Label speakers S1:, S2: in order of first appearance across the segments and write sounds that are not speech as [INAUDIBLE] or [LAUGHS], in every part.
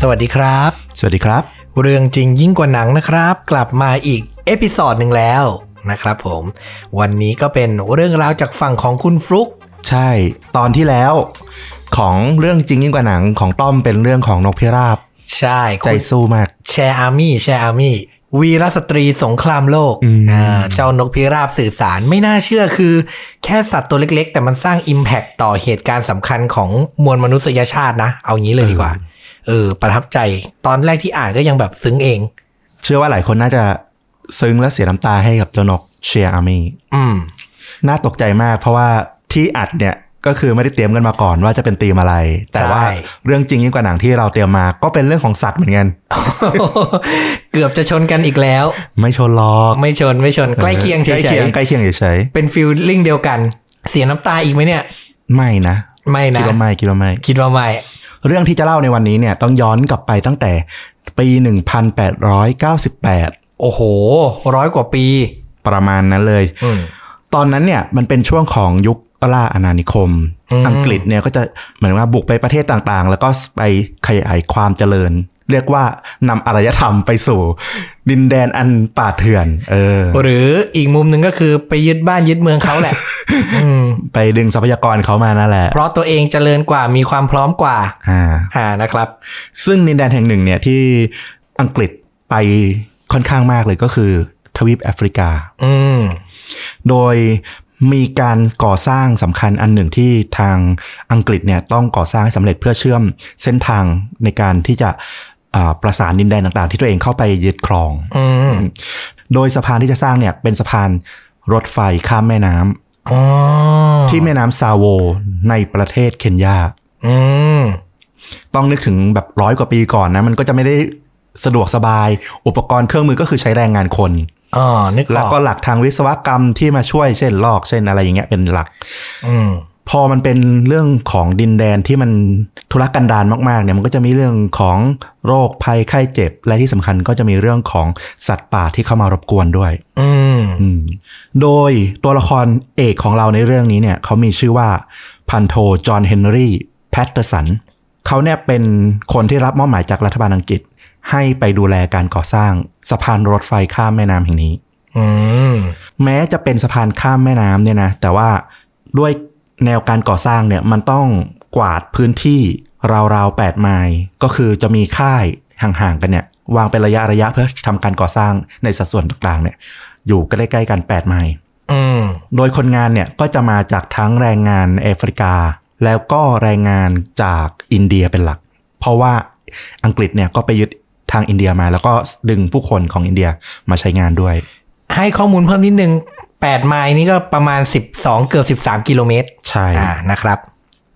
S1: สวัสดีครับ
S2: สวัสดีครับ
S1: เรื่องจริงยิ่งกว่าหนังนะครับ กลับมาอีกเอพิซอดหนึ่งแล้วนะครับผม วันนี้ก็เป็นเรื่องราวจากฝั่งของคุณฟลุก
S2: ใช่ตอนที่แล้ว ของเรื่องจริงยิ่งกว่าหนังของต้อมเป็นเรื่องของนกพิราบ
S1: ใช่คุณ
S2: ใจสู้มาก
S1: แชร์อาร์มี่แชร์อาร์มี่วีรสตรีสงครามโลก
S2: อืม
S1: อ่าเจ้านกพิราบสื่อสารไม่น่าเชื่อคือ แค่สัตว์ตัวเล็กๆ แต่มันสร้าง Impact ต่อเหตุการณ์สำคัญของมวลมนุษยชาตินะ เอางี้เลยดีกว่า เออ ประทับใจตอนแรกที่อ่านก็ยังแบบซึ้งเอง
S2: เชื่อว่าหลายคนน่าจะซึ้งและเสียน้ำตาให้กับเจ้านกเชียร์อาร์มี่
S1: อืม [LAUGHS]
S2: น่าตกใจมากเพราะว่าที่อัดเนี่ยก็คือไม่ได้เตรียมกันมาก่อนว่าจะเป็นธีมอะไร แต่ว่า
S1: ใช่
S2: เรื่องจริงยิ่งกว่าหนังที่เราเตรียมมาก็เป็นเรื่องของสัตว์เหมือนกัน
S1: เกือบจะชนกันอีกแล้ว
S2: ไม่ชนหรอก
S1: ไม่ชนไม่ชนใกล้เคียงเฉ
S2: ใกล้เคีย
S1: ย
S2: งใกล้เคียงเฉย
S1: ๆเป็นฟิลลิ่งเดียวกัน เสียน้ำตาอีกไหมเนี่ย
S2: ๆไม่นะ
S1: ไม่
S2: คิ
S1: นะ
S2: ดว่าไม่คิดว่าไม่
S1: คิดว่าไม่
S2: เรื่องที่จะเล่าในวันนี้เนี่ยต้องย้อนกลับไปตั้งแต่ปี 1898
S1: โอ้โห ร้อยกว่าปี
S2: ประมาณนั้นเลย
S1: อืม
S2: ตอนนั้นเนี่ยมันเป็นช่วงของยุคล่าอาณานิคม
S1: อืม
S2: อังกฤษเนี่ยก็จะเหมือนว่าบุกไปประเทศต่างๆ แล้วก็ไปขยายความเจริญ เรียกว่านำอารยธรรมไปสู่ ดินแดนอันป่าเถื่อน เออ
S1: หรืออีกมุมหนึ่งก็คือไปยึดบ้านยึดเมืองเขาแห
S2: [LAUGHS]
S1: ละ อืม
S2: ไปดึงทรัพยากรเขามานั่นแหละ
S1: เพราะตัวเองเจริญกว่ามีความพร้อมกว่า
S2: อ่า
S1: อ่านะครับ
S2: ซึ่งดินแดนแห่งหนึ่งเนี่ยที่อังกฤษไปค่อนข้างมากเลยก็คือทวีปแอฟริกา
S1: อืม
S2: โดยมีการก่อสร้างสำคัญอันหนึ่งที่ทางอังกฤษเนี่ยต้องก่อสร้างให้สำเร็จเพื่อเชื่อมเส้นทางในการที่จะอ่าประสานดินแดนต่างๆ ที่ตัวเองเข้าไปยึดครอง
S1: อืม
S2: โดยสะพานที่จะสร้างเนี่ยเป็นสะพานรถไฟข้ามแม่น้ำ
S1: อ๋อ
S2: ที่แม่น้ำซาโวในประเทศเคนยา
S1: อืม
S2: ต้องนึกถึงแบบร้อยกว่าปีก่อนนะ มันก็จะไม่ได้สะดวกสบาย อุปกรณ์เครื่องมือก็คือใช้แรงงานคน
S1: อ๋อ นึกอ
S2: แล้ว
S1: อก
S2: ก็หลักทางวิศวกรรมที่มาช่วยเช่นลอกเช่นอะไรอย่างเงี้ยเป็นหลัก
S1: อืม
S2: พอมันเป็นเรื่องของดินแดนที่มันทุรกันดารมากๆเนี่ยมันก็จะมีเรื่องของโรคภัยไข้เจ็บ และที่สำคัญก็จะมีเรื่องของสัตว์ป่าที่เข้ามารบกวนด้วย
S1: อืม
S2: อืมโดยตัวละครเอกของเราในเรื่องนี้เนี่ยเขามีชื่อว่าพันโทจอห์นเฮนรี่แพตเตอร์สันเขาเนี่ยเป็นคนที่รับมอบหมายจากรัฐบาลอังกฤษ ให้ไปดูแลการก่อสร้างสะพานรถไฟข้ามแม่น้ำแห่งนี้
S1: อืม
S2: แม้จะเป็นสะพานข้ามแม่น้ำเนี่ยนะแต่ว่าด้วยแนวการก่อสร้างเนี่ยมันต้องกวาดพื้นที่ราวๆ8ไมล์ก็คือจะมีค่ายห่างๆกันเนี่ยวางเป็นระยะระยะเพื่อทำการก่อสร้างในสัดส่วนต่างๆเนี่ยอยู่ใกล้ๆกัน8ไมล์
S1: อืม
S2: โดยคนงานเนี่ยก็จะมาจากทั้งแรงงานแอฟริกา แล้วก็แรงงานจากอินเดียเป็นหลัก เพราะว่าอังกฤษเนี่ยก็ไปยึดทางอินเดียมา แล้วก็ดึงผู้คนของอินเดียมาใช้งานด้วย
S1: ให้ข้อมูลเพิ่มนิดนึง8ไมล์นี่ก็ประมาณ 12 เกือบ 13 กิโลเมตร
S2: ใช่
S1: อ่านะครับ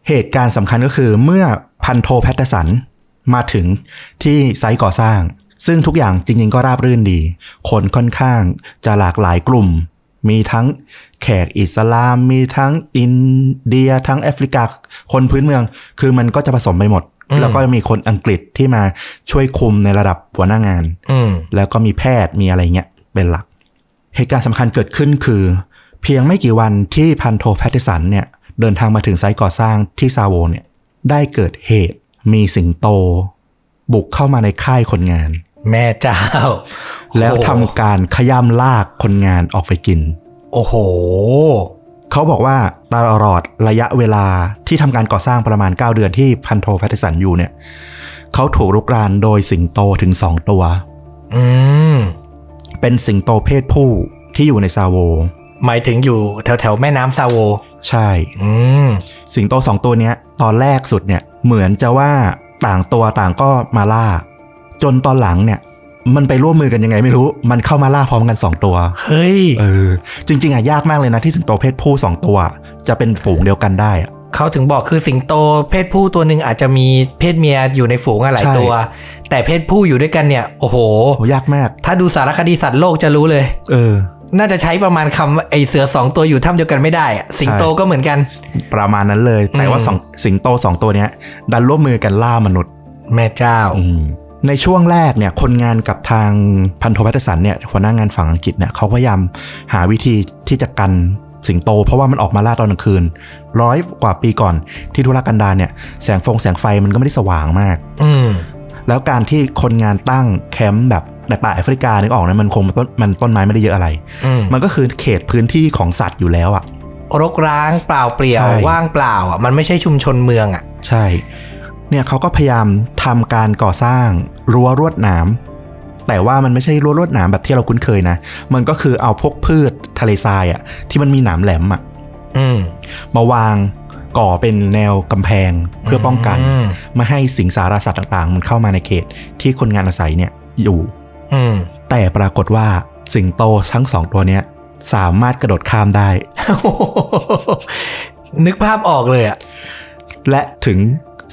S2: เหตุการณ์สำคัญก็คือเมื่อพันโทแพตเตอร์สันมาถึงที่ไซต์ก่อสร้าง ซึ่งทุกอย่างจริง ๆ ก็ราบรื่นดี คนค่อนข้างจะหลากหลายกลุ่ม มีทั้งแขกอิสลาม มีทั้งอินเดีย ทั้งแอฟริกา คนพื้นเมือง คือมันก็จะผสมไปหมด
S1: อืม
S2: แล้วก็มีคนอังกฤษที่มาช่วยคุมในระดับหัวหน้างาน
S1: อืม
S2: แล้วก็มีแพทย์มีอะไรเงี้ยเป็นหลัก เหตุการณ์สำคัญเกิดขึ้นคือ เพียงไม่กี่วันที่พันโทแพทติสันเนี่ยเดินทางมาถึงไซต์ก่อสร้างที่ซาโวเนี่ยได้เกิดเหตุมีสิงโต บุกเข้ามาในค่ายคนงาน
S1: แม่เจ้า
S2: แล้วทำการขย้ำลากคนงานออกไปกิน
S1: โอ้โห
S2: เขาบอกว่าตลอดระยะเวลาที่ทำการก่อสร้างประมาณ 9 เดือนที่พันโทแพทติสันอยู่เนี่ยเขาถูกรุกรานโดยสิงโตถึง 2 ตัว
S1: อืม
S2: เป็นสิงโตเพศผู้ที่อยู่ในซาโว
S1: หมายถึงอยู่แถวแถวๆแม่น้ำซาโว
S2: ใช่
S1: อืม
S2: สิงโตสองตัวเนี้ย ตอนแรกสุดเนี่ยเหมือนจะว่าต่างตัวต่างก็มาล่า จนตอนหลังเนี่ย มันไปร่วมมือกันยังไงไม่รู้ มันเข้ามาล่าพร้อมกัน 2 ตัว
S1: เฮ้ย
S2: เออ จริง ๆอ่ะยากมากเลยนะที่สิงโตเพศผู้ 2 ตัว จะเป็นฝูงเดียวกันได้อะ
S1: เขาถึงบอกคือสิงโตเพศผู้ตัวหนึ่งอาจจะมีเพศเมียอยู่ในฝูงอะหลาย
S2: ใช่
S1: ตัว แต่เพศผู้อยู่ด้วยกันเนี่ย โอ้โห
S2: โหยากมาก
S1: ถ้าดูสารคดีสัตว์โลกจะรู้เลย
S2: เออ
S1: น่าจะใช้ประมาณคำว่าไอเสือสองตัวอยู่ถ้ำเดียวกันไม่ได้อะสิงโตก็เหมือนกัน
S2: ประมาณนั้นเลย แต่ว่า
S1: อืม
S2: สองสิงโตสองตัวเนี้ย ดันร่วมมือกันล่ามนุษย์
S1: แม่เจ้า
S2: ในช่วงแรกเนี่ยคนงานกับทางพันโทแพทสันเนี่ยหัวหน้างานฝั่งอังกฤษเนี่ยเขาพยายามหาวิธีที่จะกันสิงโต เพราะว่ามันออกมาล่าตอนกลางคืนร้อยกว่าปีก่อนที่ทุรกันดารเนี่ยแสงฟงแสงไฟมันก็ไม่ได้สว่างมาก
S1: อืม
S2: แล้วการที่คนงานตั้งแคมป์แบบในป่าแอฟริกานึกออกนะมันคงต้นมันต้นไม้ไม่ได้เยอะอะไร
S1: อืม
S2: มันก็คือเขตพื้นที่ของสัตว์อยู่แล้วอ่ะ
S1: รกร้างเปล่าเปลี่ยว
S2: ใช่
S1: ว่างเปล่าอ่ะมันไม่ใช่ชุมชนเมืองอ่ะ
S2: ใช่ เนี่ยเขาก็พยายามทำการก่อสร้างรั้วลวดหนาม แต่ว่ามันไม่ใช่รั้วลวดหนามแบบที่เราคุ้นเคยนะ มันก็คือเอาพวกพืชทะเลทรายอะที่มันมีหนามแหลมอะ
S1: อืม
S2: มาวางก่อเป็นแนวกำแพงเพื่อป้องกัน
S1: อืม
S2: ไม่ให้สิงสารสัตว์ต่างๆ มันเข้ามาในเขตที่คนงานอาศัยเนี่ยอยู่
S1: อืม
S2: แต่ปรากฏว่าสิงโตทั้งสองตัวเนี้ยสามารถกระโดดข้ามได้
S1: โอ้โหนึกภาพออกเลยอ่ะ
S2: และถึง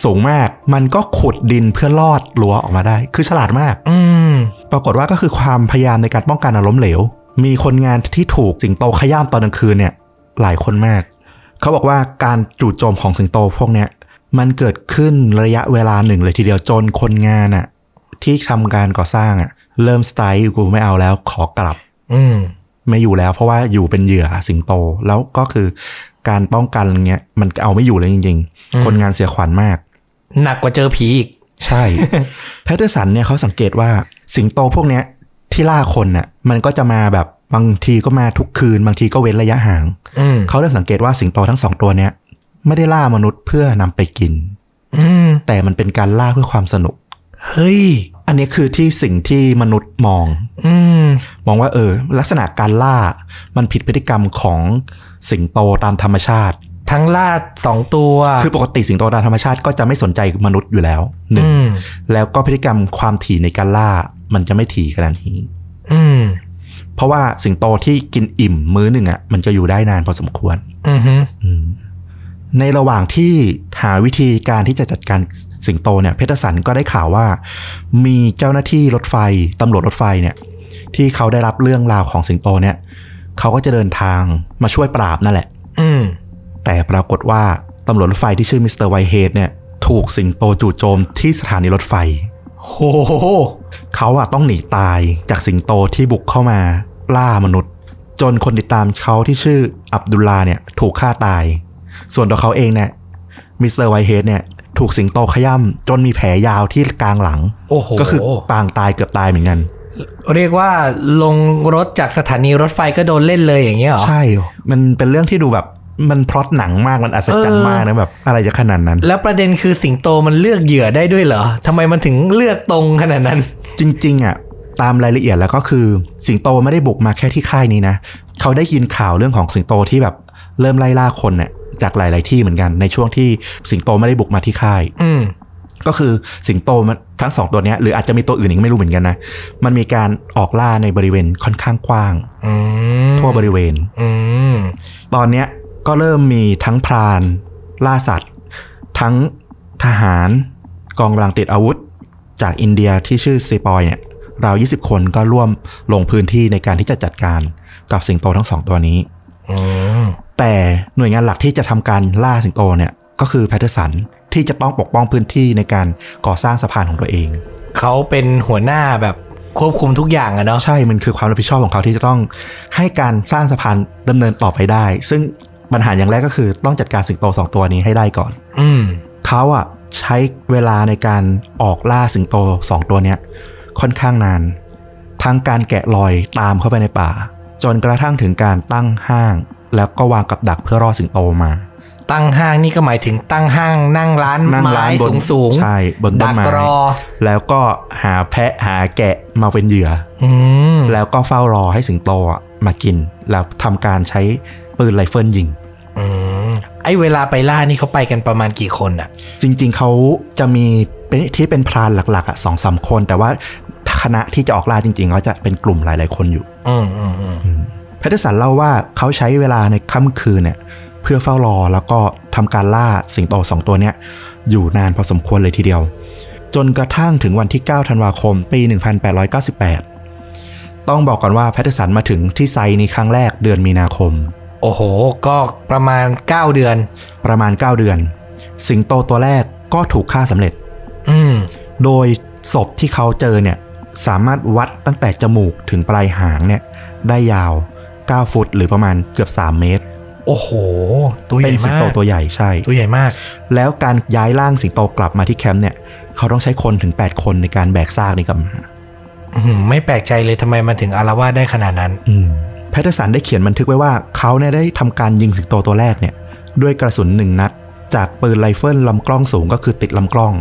S2: สูงมากมันก็ขุดดินเพื่อลอดรั้วออกมาได้ คือฉลาดมาก
S1: อืม
S2: ปรากฏว่าก็คือความพยายามในการป้องกันอารมณ์เหลว มีคนงานที่ถูกสิงโตขย้ำตอนกลางคืนเนี่ยหลายคนมาก เขาบอกว่าการจู่โจมของสิงโตพวกเนี้ยมันเกิดขึ้นระยะเวลาหนึ่งเลยทีเดียวจนคนงานอะที่ทำการก่อสร้างอะเริ่มสไตล์กูไม่เอาแล้วขอกลับ
S1: อืม
S2: ไม่อยู่แล้ว เพราะว่าอยู่เป็นเหยื่อสิงโตแล้วก็คือการป้องกันอะไรเงี้ยมันเอาไม่อยู่เลยจริง
S1: อืม
S2: ๆ คนงานเสียขวัญมาก
S1: หนักกว่าเจอผีอีก
S2: ใช่ แพทเทอร์สันเนี่ยเขาสังเกตว่าสิงโตพวกเนี้ยที่ล่าคนน่ะมันก็จะมาแบบบางทีก็มาทุกคืน บางทีก็เว้นระยะห่าง
S1: อืม
S2: เขาเริ่มสังเกตว่าสิงโตทั้งสองตัวเนี้ยไม่ได้ล่ามนุษย์เพื่อนำไปกิน
S1: อืม
S2: แต่มันเป็นการล่าเพื่อความสนุก
S1: เฮ้ย
S2: อันนี้คือที่สิ่งที่มนุษย์มอง
S1: อืม
S2: มองว่าเออ ลักษณะการล่ามันผิดพฤติกรรมของสิงโตตามธรรมชาติ
S1: ทั้งลาดสองตัว
S2: คือปกติสิงโตตามธรรมชาติก็จะไม่สนใจมนุษย์อยู่แล้วหนึ่ง
S1: อืม
S2: แล้วก็พฤติกรรมความถี่ในการล่ามันจะไม่ถี่ขนาดนี้
S1: อืม
S2: เพราะว่าสิงโตที่กินอิ่มมื้อหนึ่งอะ่ะมันจะอยู่ได้นานพอสมควร
S1: อือฮึ
S2: อืมในระหว่างที่หาวิธีการที่จะจัดการสิงโตเนี่ยเพชรสันก็ได้ข่าวว่า มีเจ้าหน้าที่รถไฟตำรวจรถไฟเนี่ย ที่เขาได้รับเรื่องราวของสิงโตเนี่ย เขาก็จะเดินทางมาช่วยปราบนั่นแหละ
S1: อืม
S2: แต่ปรากฏว่าตำรวจรถไฟที่ชื่อมิสเตอร์ไวท์เฮดเนี่ยถูกสิงโตจู่โจมที่สถานีรถไฟ
S1: โห
S2: เขาอะต้องหนีตายจากสิงโตที่บุกเข้ามาล่ามนุษย์ จนคนติดตามเขาที่ชื่ออับดุลลาเนี่ยถูกฆ่าตาย ส่วนตัวเขาเองเนี่ยมิสเตอร์ไวท์เฮดเนี่ยถูกสิงโตขย้ำจนมีแผลยาวที่กลางหลัง
S1: โอ้โห
S2: ก็คือปางตายเกือบตายเหมือนกัน
S1: เรียกว่าลงรถจากสถานีรถไฟก็โดนเล่นเลยอย่างเงี้ยเหรอ
S2: ใช่ มันเป็นเรื่องที่ดูแบบมันพล็อตหนังมากมันอัศจรรย์
S1: เออ
S2: มากนะแบบอะไรจะขนาดนั้น
S1: แล้วประเด็นคือสิงโตมันเลือกเหยื่อได้ด้วยเหรอทำไมมันถึงเลือกตรงขนาดนั้น
S2: จริงๆอ่ะตามรายละเอียดแล้วก็คือสิงโตไม่ได้บุกมาแค่ที่ค่ายนี้นะ เขาได้ยินข่าวเรื่องของสิงโตที่แบบเริ่มไล่ล่าคนเนี่ยจากหลาย ๆ ที่เหมือนกันในช่วงที่สิงโตไม่ได้บุกมาที่ค่าย
S1: อืม
S2: ก็คือสิงโตมันทั้งสองตัวเนี้ยหรืออาจจะมีตัวอื่นอีกไม่รู้เหมือนกันนะมันมีการออกล่าในบริเวณค่อนข้างกว้าง
S1: อืม
S2: ทั่วบริเวณ
S1: อืม
S2: ตอนเนี้ยก็เริ่มมีทั้งพรานล่าสัตว์ ทั้งทหารกองกำลังติดอาวุธ จากอินเดียที่ชื่อซีปอยเนี่ยราว 20 คนก็ร่วมลงพื้นที่ในการที่จะจัดการกับสิงโตทั้งสองตัวนี้
S1: อืม
S2: แต่หน่วยงานหลักที่จะทำการล่าสิงโตเนี่ยก็คือแพทเทอร์สันที่จะต้องปกป้องพื้นที่ในการก่อสร้างสะพานของตัวเอง
S1: เขาเป็นหัวหน้าแบบควบคุมทุกอย่างอะเนาะ
S2: ใช่ มันคือความรับผิดชอบของเขาที่จะต้องให้การสร้างสะพานดำเนินต่อไปได้ ซึ่งปัญหาอย่างแรกก็คือต้องจัดการสิงโตสองตัวนี้ให้ได้ก่อน
S1: อืม
S2: เขาอะใช้เวลาในการออกล่าสิงโตสองตัวเนี้ยค่อนข้างนาน ทั้งการแกะรอยตามเข้าไปในป่า จนกระทั่งถึงการตั้งห้าง แล้วก็วางกับดักเพื่อล่อสิงโตมา
S1: ตั้งห้างนี่ก็หมายถึงตั้งห้างนั่งร้าน
S2: นั่งร้า
S1: ไม้
S2: นบ
S1: สู
S2: น
S1: งสูงๆ
S2: ใช่บนต้
S1: ดั
S2: น
S1: ก
S2: ไม้
S1: รอ
S2: แล้วก็หาแพะหาแกะมาเป็นเหยื่อ
S1: อืม
S2: แล้วก็เฝ้ารอให้สิงโตอะมากิน แล้วทำการใช้ปืนไรเฟิลยิง
S1: อืม ไอ้เวลาไปล่านี่เขาไปกันประมาณกี่คนอะ
S2: จริงๆ เขาจะมีเป็นที่เป็นพรานหลักๆอ่ะสองสามคน แต่ว่าคณะที่จะออกล่าจริงๆเขาจะเป็นกลุ่มหลายๆคนอยู่
S1: อืมอืมอืม
S2: แพทเทอร์สันเล่าว่าเขาใช้เวลาในค่ำคืนเนี่ยเพื่อเฝ้ารอแล้วก็ทำการล่าสิงโตสองตัวเนี่ยอยู่นานพอสมควรเลยทีเดียว จนกระทั่งถึงวันที่ 9 ธันวาคม ปี 1898 ต้องบอกก่อนว่าแพทเทอร์สันมาถึงที่ไซต์นี้ครั้งแรกเดือนมีนาคม
S1: โอ้โห ก็ประมาณ 9 เดือน
S2: ประมาณ 9 เดือน สิงโตตัวแรกก็ถูกฆ่าสำเร็จ
S1: อืม
S2: โดยศพที่เขาเจอเนี่ยสามารถวัดตั้งแต่จมูกถึงปลายหางเนี่ยได้ยาว 9 ฟุตหรือประมาณเกือบ 3 เมตร
S1: โอ้โห ตัวให
S2: เป็
S1: ญ่
S2: นสิง
S1: มา
S2: โต
S1: ก
S2: ตัวใหญ่ใช่
S1: ตัวใหญ่มาก
S2: แล้วการย้ายร่างสิงโตกลับมาที่แคมป์เนี่ย เขาต้องใช้คนถึง 8 คนในการแบกซากนี้กลับมา
S1: อื้อหือไม่แปลกใจเลยทำไมมันถึงอารวาสได้ขนาดนั้น
S2: อืมแพทเทอร์สันได้เขียนบันทึกไว้ว่าเขาเนี่ยได้ทำการยิงสิงโตตัวแรกเนี่ย ด้วยกระสุนหนึ่งนัด จากปืนไรเฟิลลำกล้องสูงก็คือติดลำกล้อง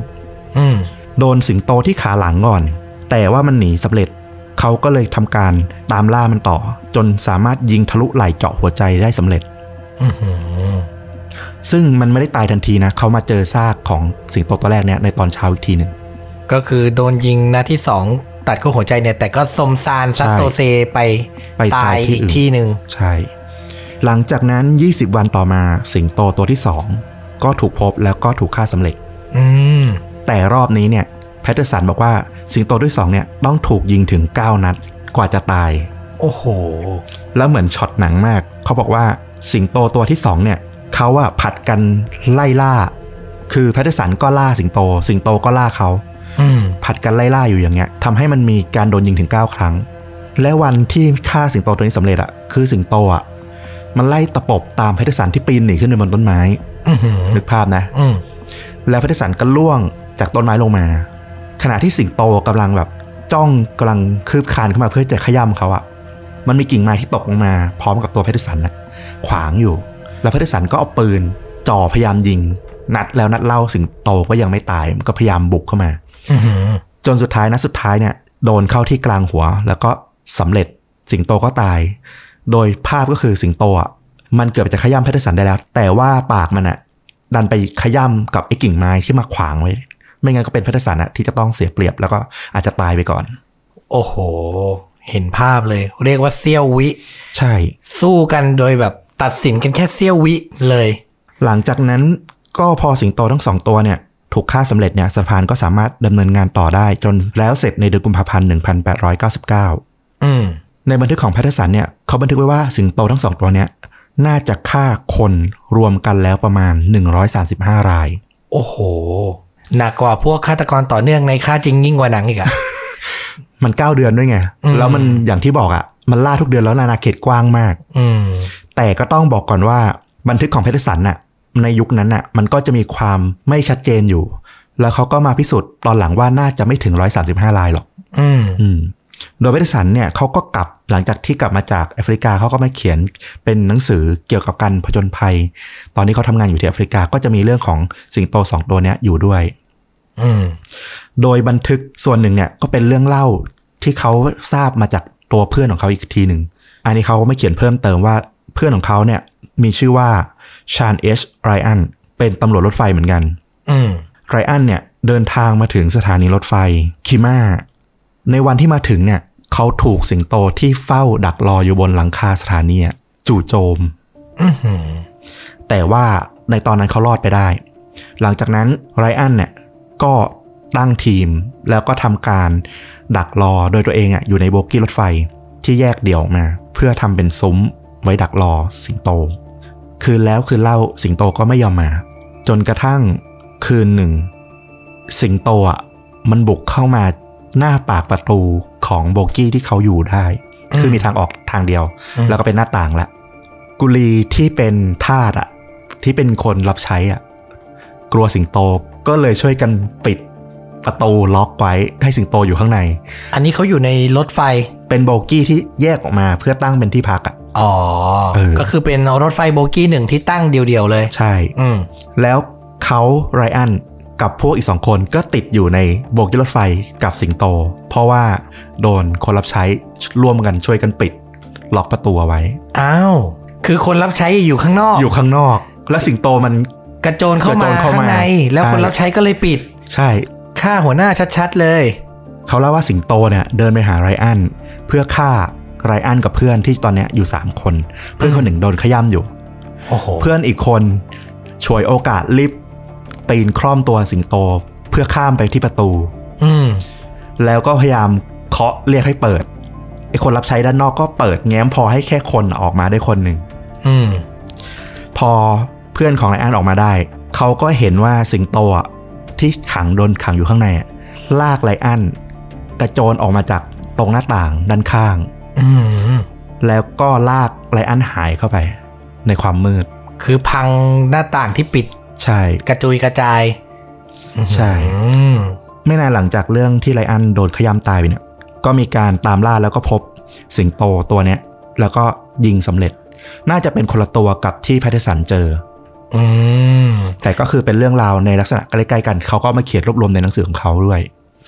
S1: อืม
S2: โดนสิงโตที่ขาหลังก่อน แต่ว่ามันหนีสำเร็จ เขาก็เลยทำการตามล่ามันต่อ จนสามารถยิงทะลุไหล่เจาะหัวใจได้สำเร็จ
S1: อื้อหือ
S2: ซึ่งมันไม่ได้ตายทันทีนะ เขามาเจอซากของสิงโตตัวแรกเนี่ยในตอนเช้าอีกทีหนึ่ง
S1: ก็คือโดนยิงนัดที่สองตัดขั้วหัวใจเนี่ย แต่ก็สมซานซัสโซเซไป
S2: ไปตาย
S1: ตาย
S2: ที่
S1: อีก
S2: อื่น
S1: ที่หนึ่ง
S2: ใช่ หลังจากนั้น 20 วันต่อมาสิงโตตัวที่ 2 ก็ถูกพบแล้วก็ถูกฆ่าสำเร็จ
S1: อืม
S2: แต่รอบนี้เนี่ยแพทเทอร์สันบอกว่าสิงโตที่สองเนี่ยต้องถูกยิงถึง 9 นัดกว่าจะตาย
S1: โอ้โห
S2: แล้วเหมือนช็อตหนังมาก เขาบอกว่าสิงโตตัวที่สองเนี่ยเขาอะผัดกันไล่ล่า คือแพทเทอร์สันก็ล่าสิงโต สิงโตก็ล่าเขา
S1: อืม
S2: ผัดกันไล่ล่าอยู่อย่างเงี้ยทำให้มันมีการโดนยิงถึง 9 ครั้ง และวันที่ฆ่าสิงโตตัวนี้สำเร็จอะคือสิงโตอะมันไล่ตะปบตามแพทเทอร์สันที่ปีนหนีขึ้นไปบนต้นไม้
S1: อือหือ
S2: นึกภาพนะ
S1: อืม
S2: แล้วแพทเทอร์สันก็ล่วงจากต้นไม้ลงมา ขณะที่สิงโตกำลังแบบจ้องกำลังคืบคานเข้ามาเพื่อจะขย้ำเขาอะมันมีกิ่งไม้ที่ตกลงมา พร้อมกับตัวแพทเทอร์สันนะขวางอยู่ แล้วแพทเทอร์สันก็เอาปืนจ่อพยายามยิง นัดแล้วนัดเล่าสิงโตก็ยังไม่ตายมันก็พยายามบุกเข้ามา
S1: อือหือ
S2: จนสุดท้ายนะสุดท้ายเนี่ยโดนเข้าที่กลางหัว แล้วก็สำเร็จสิงโตก็ตาย โดยภาพก็คือสิงโตอ่ะมันเกือบจะขย้ำแพทเทอร์สันได้แล้ว แต่ว่าปากมันอ่ะดันไปขย้ำกับไอ้กิ่งไม้ที่มาขวางไว้ ไม่งั้นก็เป็นแพทเทอร์สันอ่ะที่จะต้องเสียเปรียบแล้วก็อาจจะตายไปก่อน
S1: โอ้โห เห็นภาพเลย เรียกว่าเซี่ยววิ
S2: ใช่
S1: สู้กันโดยแบบตัดสินกันแค่เซี่ยววิเลย
S2: หลังจากนั้นก็พอสิงโตทั้งสองตัวเนี่ยถูกฆ่าสำเร็จเนี่ยสะพานก็สามารถดำเนินงานต่อได้ จนแล้วเสร็จในเดือนกุมภาพันธ์1899
S1: อืม
S2: ในบันทึกของแพทเทอร์สันเนี่ยเขาบันทึกไว้ว่าสิงโตทั้งสองตัวเนี่ยน่าจะฆ่าคนรวมกันแล้วประมาณ 135 ราย
S1: โอ้โห หนักกว่าพวกฆาตกรต่อเนื่องในค่าจริงยิ่งกว่าหนังอีกอะ
S2: มัน 9 เดือนด้วยไง
S1: อืม
S2: แล้วมันอย่างที่บอกอะ่ะ มันล่าทุกเดือนแล้วนานาเขตกว้างมาก
S1: อืม
S2: แต่ก็ต้องบอกก่อนว่าบันทึกของแพทเทอร์สันน่ะในยุคนั้นน่ะมันก็จะมีความไม่ชัดเจนอยู่ แล้วเขาก็มาพิสูจน์ตอนหลังว่าน่าจะไม่ถึง 135 รายหรอก
S1: อืม
S2: อืมโดยเวทสันเนี่ยเขาก็กลับหลังจากที่กลับมาจากแอฟริกาเขาก็มาเขียนเป็นหนังสือเกี่ยวกับการผจญภัย ตอนนี้เขาทำงานอยู่ที่แอฟริกาก็จะมีเรื่องของสิงโตสองตัวเนี้ยอยู่ด้วย
S1: อืม
S2: โดยบันทึกส่วนหนึ่งเนี่ยก็เป็นเรื่องเล่าที่เขาทราบมาจากตัวเพื่อนของเขาอีกทีหนึ่ง อันนี้เขาก็ไม่เขียนเพิ่มเติมว่าเพื่อนของเขาเนี่ยมีชื่อว่าชานเอชไรอันเป็นตำรวจรถไฟเหมือนกัน
S1: อืม
S2: ไรอันเนี่ยเดินทางมาถึงสถานีรถไฟคิมาในวันที่มาถึงเนี่ยเขาถูกสิงโตที่เฝ้าดักรออยู่บนหลังคาสถานีอะจู่โจม
S1: อื้อหือ
S2: แต่ว่าในตอนนั้นเขารอดไปได้ หลังจากนั้นไรอันเนี่ยก็ตั้งทีมแล้วก็ทำการดักรอโดยตัวเองอะอยู่ในโบกี้รถไฟที่แยกเดี่ยวออกมา เพื่อทำเป็นซุ้มไว้ดักรอสิงโต คืนแล้วคืนเล่าสิงโตก็ไม่ยอมมา จนกระทั่งคืนหนึ่ง สิงโตอ่ะมันบุกเข้ามาหน้าปากประตูของโบกี้ที่เขาอยู่ได้ คือมีทางออกทางเดียว แล้วก็เป็นหน้าต่างละ กุลีที่เป็นทาสอ่ะ ที่เป็นคนรับใช้อ่ะ กลัวสิงโตก็เลยช่วยกันปิดประตูล็อกไว้ให้สิงโตอยู่ข้างใน
S1: อันนี้เขาอยู่ในรถไฟ
S2: เป็นโบกี้ที่แยกออกมาเพื่อตั้งเป็นที่พักอ่ะ
S1: อ๋อ
S2: เออ
S1: ก็คือเป็นรถไฟโบกี้หนึ่งที่ตั้งเดียวๆเลย
S2: ใช่
S1: อืม
S2: แล้วเขาไรอันกับพวกอีกสองคนก็ติดอยู่ในโบกี้รถไฟกับสิงโต เพราะว่าโดนคนรับใช้ร่วมกันช่วยกันปิด ล็อกประตูเอาไว้
S1: อ้าว คือคนรับใช้อยู่ข้างนอก
S2: อยู่ข้างนอก แล้วสิงโตมัน
S1: กระโจนเข้าก
S2: ระโจ
S1: มาน
S2: เข้ามา
S1: ข้างใน แล้ว
S2: ใช่
S1: คนรับใช้ก็เลยปิด
S2: ใช่
S1: ฆ่าหัวหน้าชัดๆเลย
S2: เขาเล่าว่าสิงโตเนี่ยเดินไปหาไรอันเพื่อฆ่าไรอันกับเพื่อนที่ตอนเนี้ยอยู่ 3 คน เพื่อนคนหนึ่งโดนขย้ำอยู่
S1: โอ้โห
S2: เพื่อนอีกคนฉวยโอกาสลิฟต์ปีนคล่อมตัวสิงโต เพื่อข้ามไปที่ประตู
S1: อืม
S2: แล้วก็พยายามเคาะเรียกให้เปิดไอคนรับใช้ด้านนอกก็เปิดแง้มพอให้แค่คนออกมาได้คนหนึ่ง
S1: อืม
S2: พอเพื่อนของไรอันออกมาได้ เขาก็เห็นว่าสิงโตอะที่ขังโดนขังอยู่ข้างในอะลากไรอันกระโจนออกมาจากตรงหน้าต่างด้านข้าง
S1: อืม
S2: แล้วก็ลากไรอันหายเข้าไป ในความมืด
S1: คือพังหน้าต่างที่ปิด
S2: ใช่
S1: กระจุยกระจาย
S2: ใช่
S1: อืม
S2: ไม่นานหลังจากเรื่องที่ไลออนโดนขย้ำตายไปเนี่ย ก็มีการตามล่าแล้วก็พบสิงโตตัวเนี้ยแล้วก็ยิงสำเร็จ น่าจะเป็นคนละตัวกับที่แพทเทสันเจอ
S1: อืม
S2: แต่ก็คือเป็นเรื่องราวในลักษณะใกล้ๆกัน เขาก็มาเขียนรวบรวมในหนังสือของเขาด้วย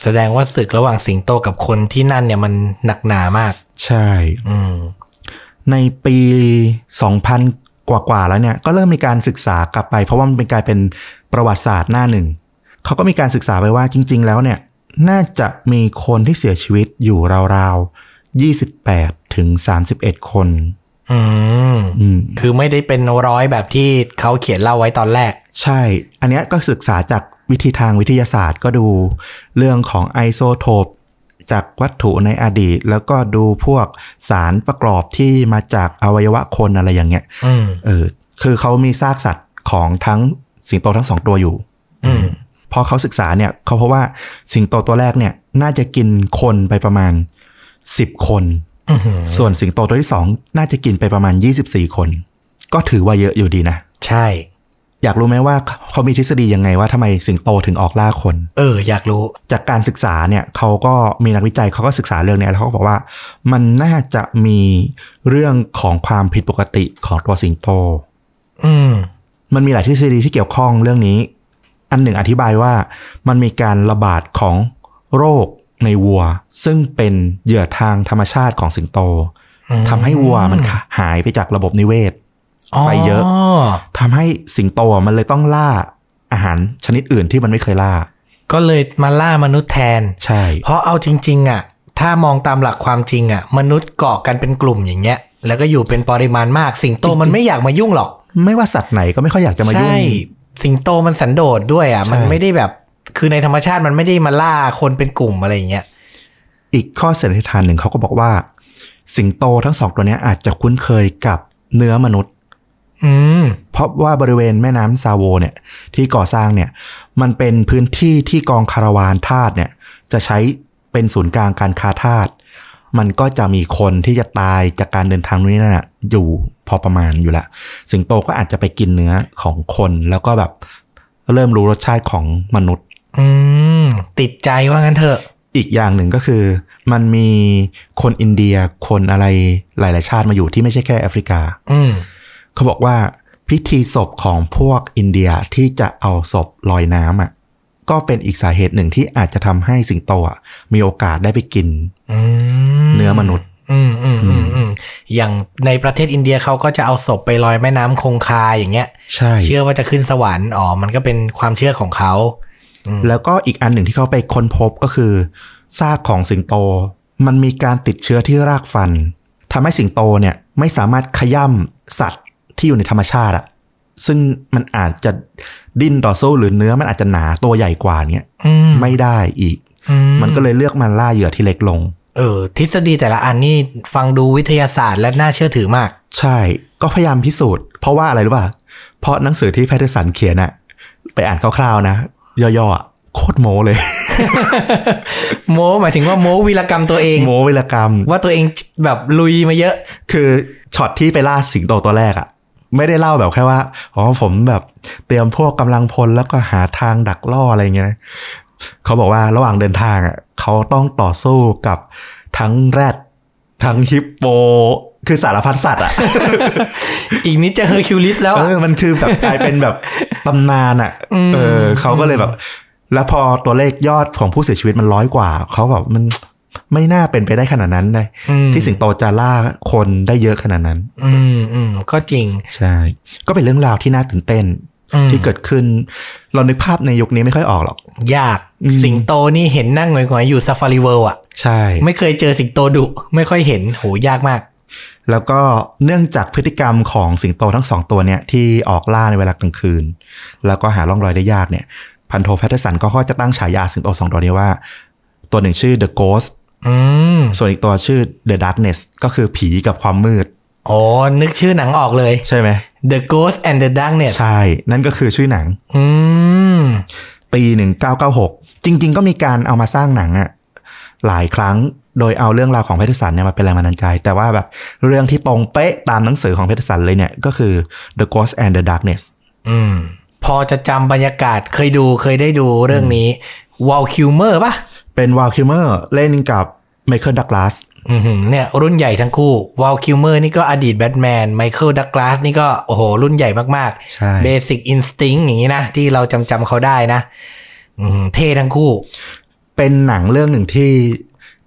S1: แสดงว่าศึกระหว่างสิงโตกับคนที่นั่นเนี่ยมันหนักหนามาก
S2: ใช่
S1: อืม
S2: ในปี 2000 กว่าๆ แล้วเนี่ย ก็เริ่มมีการศึกษากลับไป เพราะว่ามันเป็นกลายเป็นประวัติศาสตร์หน้าหนึ่ง เขาก็มีการศึกษาไปว่าจริง ๆ แล้วเนี่ย น่าจะมีคนที่เสียชีวิตอยู่ราวๆ 28 ถึง 31 คน
S1: อืม
S2: อืม
S1: คือไม่ได้เป็นร้อยแบบที่เขาเขียนเล่าไว้ตอนแรก
S2: ใช่ อันเนี้ยก็ศึกษาจากวิธีทางวิทยาศาสตร์ก็ดูเรื่องของไอโซโทปจากวัตถุในอดีต แล้วก็ดูพวกสารประกอบที่มาจากอวัยวะคนอะไรอย่างเงี้ย
S1: อืม
S2: เออ คือเขามีซากสัตว์ของทั้งสิงโตทั้งสองตัวอยู่
S1: อืม
S2: พอเขาศึกษาเนี่ยเขาเพราะว่าสิงโตตัวแรกเนี่ยน่าจะกินคนไปประมาณ 10 คน
S1: อื้อหือ
S2: ส่วนสิงโตตัวที่สองน่าจะกินไปประมาณ 24 คน ก็ถือว่าเยอะอยู่ดีนะ
S1: ใช่
S2: อยากรู้ไหมว่าเขามีทฤษฎียังไงว่าทำไมสิงโตถึงออกล่าคน
S1: เออ อยากรู้
S2: จากการศึกษาเนี่ยเขาก็มีนักวิจัยเขาก็ศึกษาเรื่องเนี้ยแล้วเขาก็บอกว่า มันน่าจะมีเรื่องของความผิดปกติของตัวสิงโต
S1: อืม
S2: มันมีหลายทฤษฎีที่เกี่ยวข้องเรื่องนี้ อันหนึ่งอธิบายว่ามันมีการระบาดของโรคในวัว ซึ่งเป็นเหยื่อทางธรรมชาติของสิงโต
S1: อืม
S2: ทำให้วัวมันขาหายไปจากระบบนิเวศ ไปเยอะ
S1: อ
S2: ทำให้สิงโตมันเลยต้องล่าอาหารชนิดอื่นที่มันไม่เคยล่า
S1: ก็เลยมาล่ามนุษย์แทน
S2: ใช่
S1: เพราะเอาจริง ๆ อ่ะ ถ้ามองตามหลักความจริงอ่ะ มนุษย์เกาะกันเป็นกลุ่มอย่างเงี้ย แล้วก็อยู่เป็นปริมาณมาก สิงโตมันไม่อยากมายุ่งหรอก
S2: ไม่ว่าสัตว์ไหนก็ไม่ค่อยอยากจะมายุ่ง
S1: ใช่ สิงโตมันสันโดษด้วยอ่ะ
S2: ใช่
S1: มันไม่ได้แบบ คือในธรรมชาติมันไม่ได้มาล่าคนเป็นกลุ่มอะไรอย่างเงี้ย
S2: อีกข้อสันนิษฐานหนึ่งเขาก็บอกว่า สิงโตทั้งสองตัวเนี้ยอาจจะคุ้นเคยกับเนื้อมนุษย์
S1: อืม
S2: เพราะว่าบริเวณแม่น้ำซาโวเนี่ยที่ก่อสร้างเนี่ยมันเป็นพื้นที่ที่กองคาราวานทาสเนี่ยจะใช้เป็นศูนย์กลางการค้าทาสมันก็จะมีคนที่จะตายจากการเดินทางนู้นนี่นั่นน่ะอยู่พอประมาณอยู่ละสิงโตก็อาจจะไปกินเนื้อของคนแล้วก็แบบเริ่มรู้รสชาติของมนุษย์
S1: อืม ติดใจว่างั้นเถอะ
S2: อีกอย่างหนึ่งก็คือ มันมีคนอินเดียคนอะไรหลาย ๆ ชาติมาอยู่ที่ไม่ใช่แค่แอฟริกา
S1: อืม
S2: เขาบอกว่าพิธีศพของพวกอินเดียที่จะเอาศพลอยน้ำอ่ะก็เป็นอีกสาเหตุหนึ่งที่อาจจะทำให้สิงโตอ่ะมีโอกาสได้ไปกิน
S1: อืม
S2: เนื้อมนุษย์
S1: อืมอืมอืมอืมอย่างในประเทศอินเดียเขาก็จะเอาศพไปลอยแม่น้ำคงคาอย่างเงี้ย
S2: ใช่
S1: เชื่อว่าจะขึ้นสวรรค์อ๋อ มันก็เป็นความเชื่อของเขา
S2: แล้วก็อีกอันหนึ่งที่เขาไปค้นพบก็คือซากของสิงโต มันมีการติดเชื้อที่รากฟันทำให้สิงโตเนี่ยไม่สามารถขย่ำสัตว์ที่อยู่ในธรรมชาติอ่ะซึ่งมันอาจจะดิ้นต่อสู้หรือเนื้อมันอาจจะหนาตัวใหญ่กว่าเนี้ย
S1: อืม
S2: ไม่ได้อีก
S1: อื
S2: มันก็เลยเลือกมันล่าเหยื่อที่เล็กลง
S1: เออ ทฤษฎีแต่ละอันนี่ฟังดูวิทยาศาสตร์และน่าเชื่อถือมาก
S2: ใช่ ก็พยายามพิสูจน์ เพราะว่าอะไรรู้ป่ะ เพราะหนังสือที่แพทเทอร์สันเขียนอะไปอ่านคร่าวๆนะ ย่อๆอะโคตรโมเลย
S1: โมหมายถึงว่าโมวีรกรรมตัวเอง
S2: โมเวลกรรม
S1: ว่าตัวเองแบบลุยมาเยอะ
S2: คือช็อตที่ไปล่าสิงโตตัวแรกอะไม่ได้เล่าแบบแค่ว่า อ๋อผมแบบเตรียมพวกกำลังพลแล้วก็หาทางดักล่ออะไรอย่างเงี้ยนะเขาบอกว่าระหว่างเดินทางอะเขาต้องต่อสู้กับทั้งแรดทั้งฮิปโป คือสารพัดสัตว์อะ
S1: อีกนิดจะเฮอร์คิวลิสแล้ว
S2: เอ
S1: อะ
S2: อ มันคือแบบกลายเป็นแบบ ตำนานอ่ะ เออ เขาก็เลยแบบ แล้วพอตัวเลขยอดของผู้เสียชีวิตมันร้อยกว่า เขาแบบมันไม่น่าเป็นไปได้ขนาดนั้นเลยที่สิงโตจะล่าคนได้เยอะขนาดนั้น
S1: อืมอืมก็จริง
S2: ใช่ ก็เป็นเรื่องราวที่น่าตื่นเต้น
S1: อืม
S2: ที่เกิดขึ้น เรานึกภาพในยุคนี้ไม่ค่อยออกหรอก
S1: ยาก
S2: อืม
S1: สิงโตนี่เห็นนั่งหงอยๆอยู่ซ a ฟารีเวิลด์อ่ะ
S2: ใช่
S1: ไม่เคยเจอสิงโตดุไม่ค่อยเห็นโหยากมาก
S2: แล้วก็เนื่องจากพฤติกรรมของสิงโตทั้งสองตัวเนี่ยที่ออกล่าในเวลากลางคืน แล้วก็หาร่องรอยได้ยากเนี่ย พันโทแพทเทอร์สันก็จะตั้งฉายาสิงโตสองตัวนี้ว่า ตัวหนึ่งชื่อ The Ghost
S1: อืม
S2: ส่วนอีกตัวชื่อ The Darkness ก็คือผีกับความมืด
S1: อ๋อนึกชื่อหนังออกเลย
S2: ใช่ไหม
S1: The Ghost and the Darkness
S2: ใช่ นั่นก็คือชื่อหนัง
S1: อืม
S2: ปี 1996 จริง ๆ ก็มีการเอามาสร้างหนังอะหลายครั้งโดยเอาเรื่องราวของแพทเทอร์สันเนี่ยมาเป็นแรงบันดาลใจ แต่ว่าแบบเรื่องที่ตรงเป๊ะตามหนังสือของแพทเทอร์สันเลยเนี่ยก็คือ The Ghost and the Darkness
S1: อืม พอจะจำบรรยากาศเคยดูเคยได้ดูเรื่องนี้ วอลคิวเมอร์ป่ะ
S2: เป็นวาลคิวเมอร์เล่นกับไมเคิลดักลาส
S1: อื้อหือเนี่ย รุ่นใหญ่ทั้งคู่วอลคิวเมอร์นี่ก็อดีตแบทแมนไมเคิลดักลาสนี่ก็โอ้โห รุ่นใหญ่มาก
S2: ใช่
S1: ๆเบสิกอินสติ้งอย่างนี้นะ ที่เราจำจำเขาได้นะอื้อหือเท่ทั้งคู่
S2: เป็นหนังเรื่องหนึ่งที่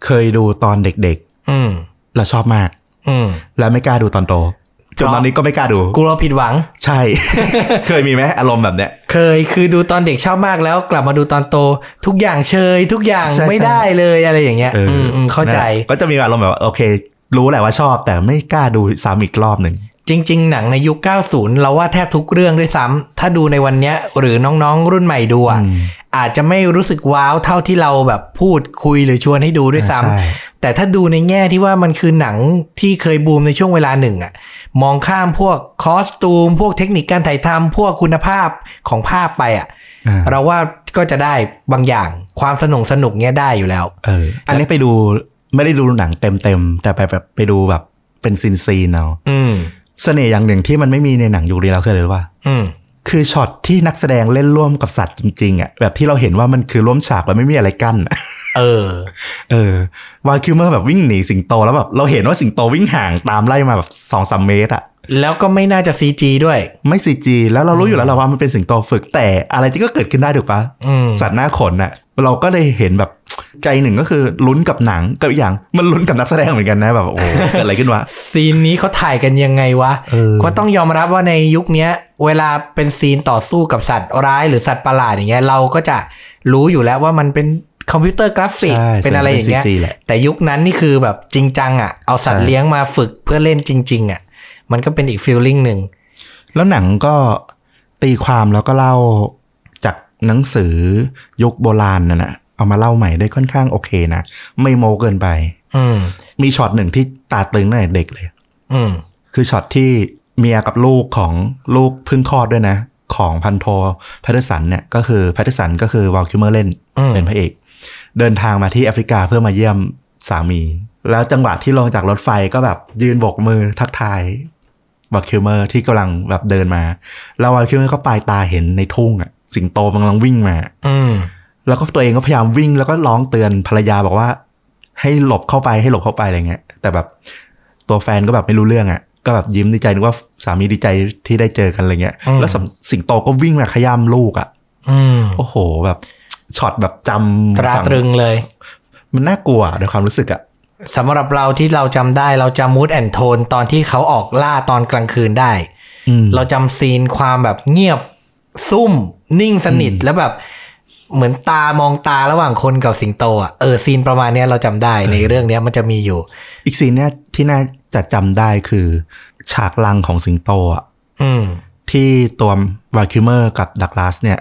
S2: เคยดูตอนเด็ก
S1: อืม
S2: ๆ แล้วชอบมาก
S1: อืม
S2: แล้วไม่กล้าดูตอนโตจน
S1: เพราะ
S2: ตอนนี้ก็ไม่กล้าดู
S1: กลัวผิดหวัง
S2: ใช่ [LAUGHS] เคยมีไหมอารมณ์แบบเนี้ย
S1: เคยคือดูตอนเด็กชอบมากแล้วกลับมาดูตอนโต ทุกอย่างเชย ทุกอย่าง
S2: ใช่
S1: ไม่ได้เลยอะไรอย่างเงี้ย
S2: ออ
S1: อืมอืมเข้าใจ
S2: นะก็จะมีอารมณ์แบบว่าโอเค รู้แหละว่าชอบแต่ไม่กล้าดูซ้ำอีกรอบหนึ่ง
S1: จริง ๆ หนังในยุค 90 เราว่าแทบทุกเรื่องด้วยซ้ำถ้าดูในวันเนี้ย หรือน้องๆ รุ่นใหม่ดูอ่ะ
S2: อืม
S1: อาจจะไม่รู้สึกว้าวเท่าที่เราแบบพูดคุยหรือชวนให้ดูด้วยซ้ำ
S2: ใช่
S1: แต่ถ้าดูในแง่ที่ว่ามันคือหนังที่เคยบูมในช่วงเวลาหนึ่งอ่ะมองข้ามพวกคอสตูม พวกเทคนิคการถ่ายทำพวกคุณภาพของภาพไปอ่ะ
S2: อ่า
S1: เราว่าก็จะได้บางอย่างความสนุกสนุกเนี้ยได้อยู่แล้ว
S2: เออ อันนี้ไปดูไม่ได้ดูหนังเต็มๆ แต่ไปแบบไปดูแบบเป็นซีนซีนๆเอา
S1: อืม
S2: เสน่ห์อย่างหนึ่งที่มันไม่มีในหนังยุคนี้แล้วคืออะไรรู้ป่ะ
S1: อืม
S2: คือช็อตที่นักแสดงเล่นร่วมกับสัตว์จริงๆอ่ะแบบที่เราเห็นว่ามันคือร่วมฉากแบบไม่มีอะไรกั้นอะ [LAUGHS]
S1: เออ
S2: เออวาคิวเมอร์แบบวิ่งหนีสิงโตแล้วแบบเราเห็นว่าสิงโตวิ่งห่างตามไล่มาแบบสองสามเมตรอะ
S1: แล้วก็ไม่น่าจะซีจีด้วย
S2: ไม่ซีจีแล้วเรารู้อยู่แล้วแหละว่ามันเป็นสิงโตฝึกแต่อะไรที่ก็เกิดขึ้นได้ถูกปะ
S1: อืม
S2: สัตว์หน้าขนอะเราก็เลยเห็นแบบใจหนึ่งก็คือลุ้นกับหนังกับอีกอย่างมันลุ้นกับนักแสดงเหมือนกันนะแบบโอ้โหเกิดอะไรขึ้นวะ
S1: ซีนนี้เขาถ่ายกันยังไงวะ
S2: เออ
S1: ก็ต้องยอมรับว่าในยุคเนี้ย เวลาเป็นซีนต่อสู้กับสัตว์ร้ายหรือสัตว์ประหลาดอย่างเงี้ยเราก็จะรู้อยู่แล้วว่ามันเป็นคอมพิวเตอร์กราฟิก
S2: ใช่
S1: เป็นอะไรอย่างเงี้ย
S2: ป็น CG แหละ
S1: แต่ยุคนั้นนี่คือแบบจริงจังอ่ะ เอาสัตว์
S2: ใช่
S1: เลี้ยงมาฝึกเพื่อเล่นจริง ๆ อ่ะ มันก็เป็นอีกฟีลลิ่งหนึ่ง
S2: แล้วหนังก็ตีความแล้วก็เล่าจากหนังสือยุคโบราณน่ะนะเอามาเล่าใหม่ได้ค่อนข้างโอเคนะไม่โมเกินไป
S1: อืม
S2: มีช็อตหนึ่งที่ตาตึงตั้งแต่เด็กเลย
S1: อืม
S2: คือช็อตที่เมียกับลูกของลูกเพึ่งคลอดด้วยนะ ของพันโทแพทเทอร์สันเนี่ยก็คือแพทเทอร์สันก็คือวอลคิวเมอร์เล่น
S1: อืม
S2: เป็นพระเอก เดินทางมาที่แอฟริกาเพื่อมาเยี่ยมสามี แล้วจังหวะที่ลงจากรถไฟก็แบบยืนโบกมือทักทายวอลคิวเมอร์ที่กำลังแบบเดินมา แล้ววอลคิวเมอร์ก็ปลายตาเห็นในทุ่งอะสิงโตมันกำลังวิ่งมา
S1: อืม
S2: แล้วก็ตัวเองก็พยายามวิ่งแล้วก็ร้องเตือนภรรยาบอกว่า ให้หลบเข้าไปให้หลบเข้าไปอะไรเงี้ย แต่แบบตัวแฟนก็แบบไม่รู้เรื่องอะ่ะ ก็แบบยิ้มดีใจนึกว่าสามีดีใจที่ได้เจอกันอะไรเงี้ย
S1: อืม
S2: แล้วสำสิงโตก็วิ่งมาขย้ำลูกอะ่ะ
S1: อืม
S2: โอ้โหแบบช็อตแบบจ
S1: ต
S2: ำ
S1: ราตรึงเลย
S2: มันน่ากลัวในความรู้สึกอะ่ะ
S1: สำหรับเราที่เราจำได้เราจำมูดแอนโทนตอนที่เขาออกล่าตอนกลางคืนได้
S2: อืม
S1: เราจำซีนความแบบเงียบ ซุ่ม นิ่งสนิทแล้วแบบ เหมือนตามองตาระหว่างคนกับสิงโตอ่ะเออซีนประมาณเนี้ยเราจำได้ในเรื่องเนี้ยมันจะมีอยู่
S2: อีกซีนเนี่ยที่น่าจะจำได้คือ ฉากลังของสิงโตอ่ะ
S1: อืม
S2: ที่ตัววาคิวเมอร์กับดักลาสเนี่ย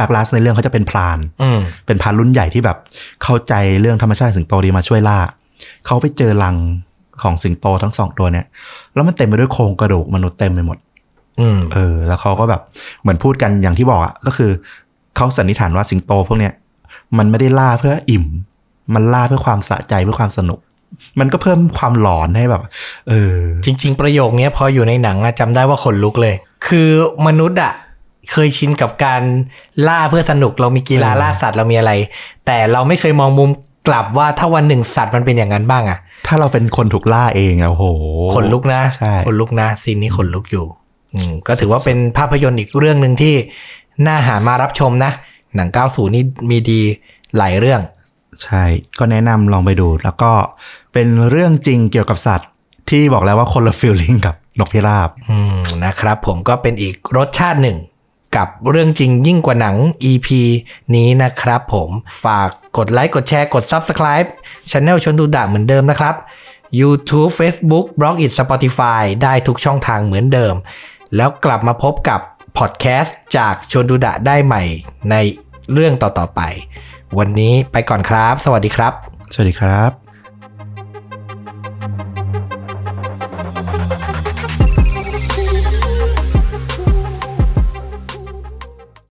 S2: ดักลาสในเรื่องเขาจะเป็นพราน
S1: อืม
S2: เป็นพรานรุ่นใหญ่ที่แบบเข้าใจเรื่องธรรมชาติสิงโตดีมาช่วยล่า เขาไปเจอรังของสิงโตทั้งสองตัวเนี่ย แล้วมันเต็มไปด้วยโครงกระดูกมนุษย์เต็มไปหมด
S1: อืม
S2: เออ แล้วเขาก็แบบเหมือนพูดกันอย่างที่บอกอะก็คือเขาสันนิษฐานว่าสิงโตพวกเนี้ยมันไม่ได้ล่าเพื่ออิ่ม มันล่าเพื่อความสะใจเพื่อความสนุก มันก็เพิ่มความหลอนให้แบบ เออ
S1: จริง ๆ ประโยคเนี้ยพออยู่ในหนังอะจำได้ว่าขนลุกเลย คือมนุษย์อะเคยชินกับการล่าเพื่อสนุกเรามีกีฬา
S2: เออ
S1: ล่าสัตว์เรามีอะไร แต่เราไม่เคยมองมุมกลับว่าถ้าวันหนึ่งสัตว์มันเป็นอย่างนั้นบ้างอะ
S2: ถ้าเราเป็นคนถูกล่าเองอะโอ้โห
S1: ขนลุกนะ
S2: ใช่
S1: ขนลุกนะซีนนี้ขนลุกอยู่ อืมก็ถือว่าเป็นภาพยนตร์อีกเรื่องหนึ่งที่ น่าหามารับชมนะ หนัง 90 นี่มีดีหลายเรื่อง
S2: ใช่ ก็แนะนำลองไปดู แล้วก็เป็นเรื่องจริงเกี่ยวกับสัตว์ ที่บอกแล้วว่าคนละฟิลลิ่งกับนกพิราบ
S1: อืมนะครับ ผมก็เป็นอีกรสชาติหนึ่ง กับเรื่องจริงยิ่งกว่าหนัง EP นี้นะครับผมฝากกดไลค์กดแชร์กด Subscribe Channel ชนดูดะเหมือนเดิมนะครับ YouTube Facebook b l o g i t Spotify ได้ทุกช่องทางเหมือนเดิม แล้วกลับมาพบกับพอดแคสต์จากชนดูดะได้ใหม่ในเรื่องต่อๆไป วันนี้ไปก่อนครับ สวัสดีครับ
S2: สวัสดีครับ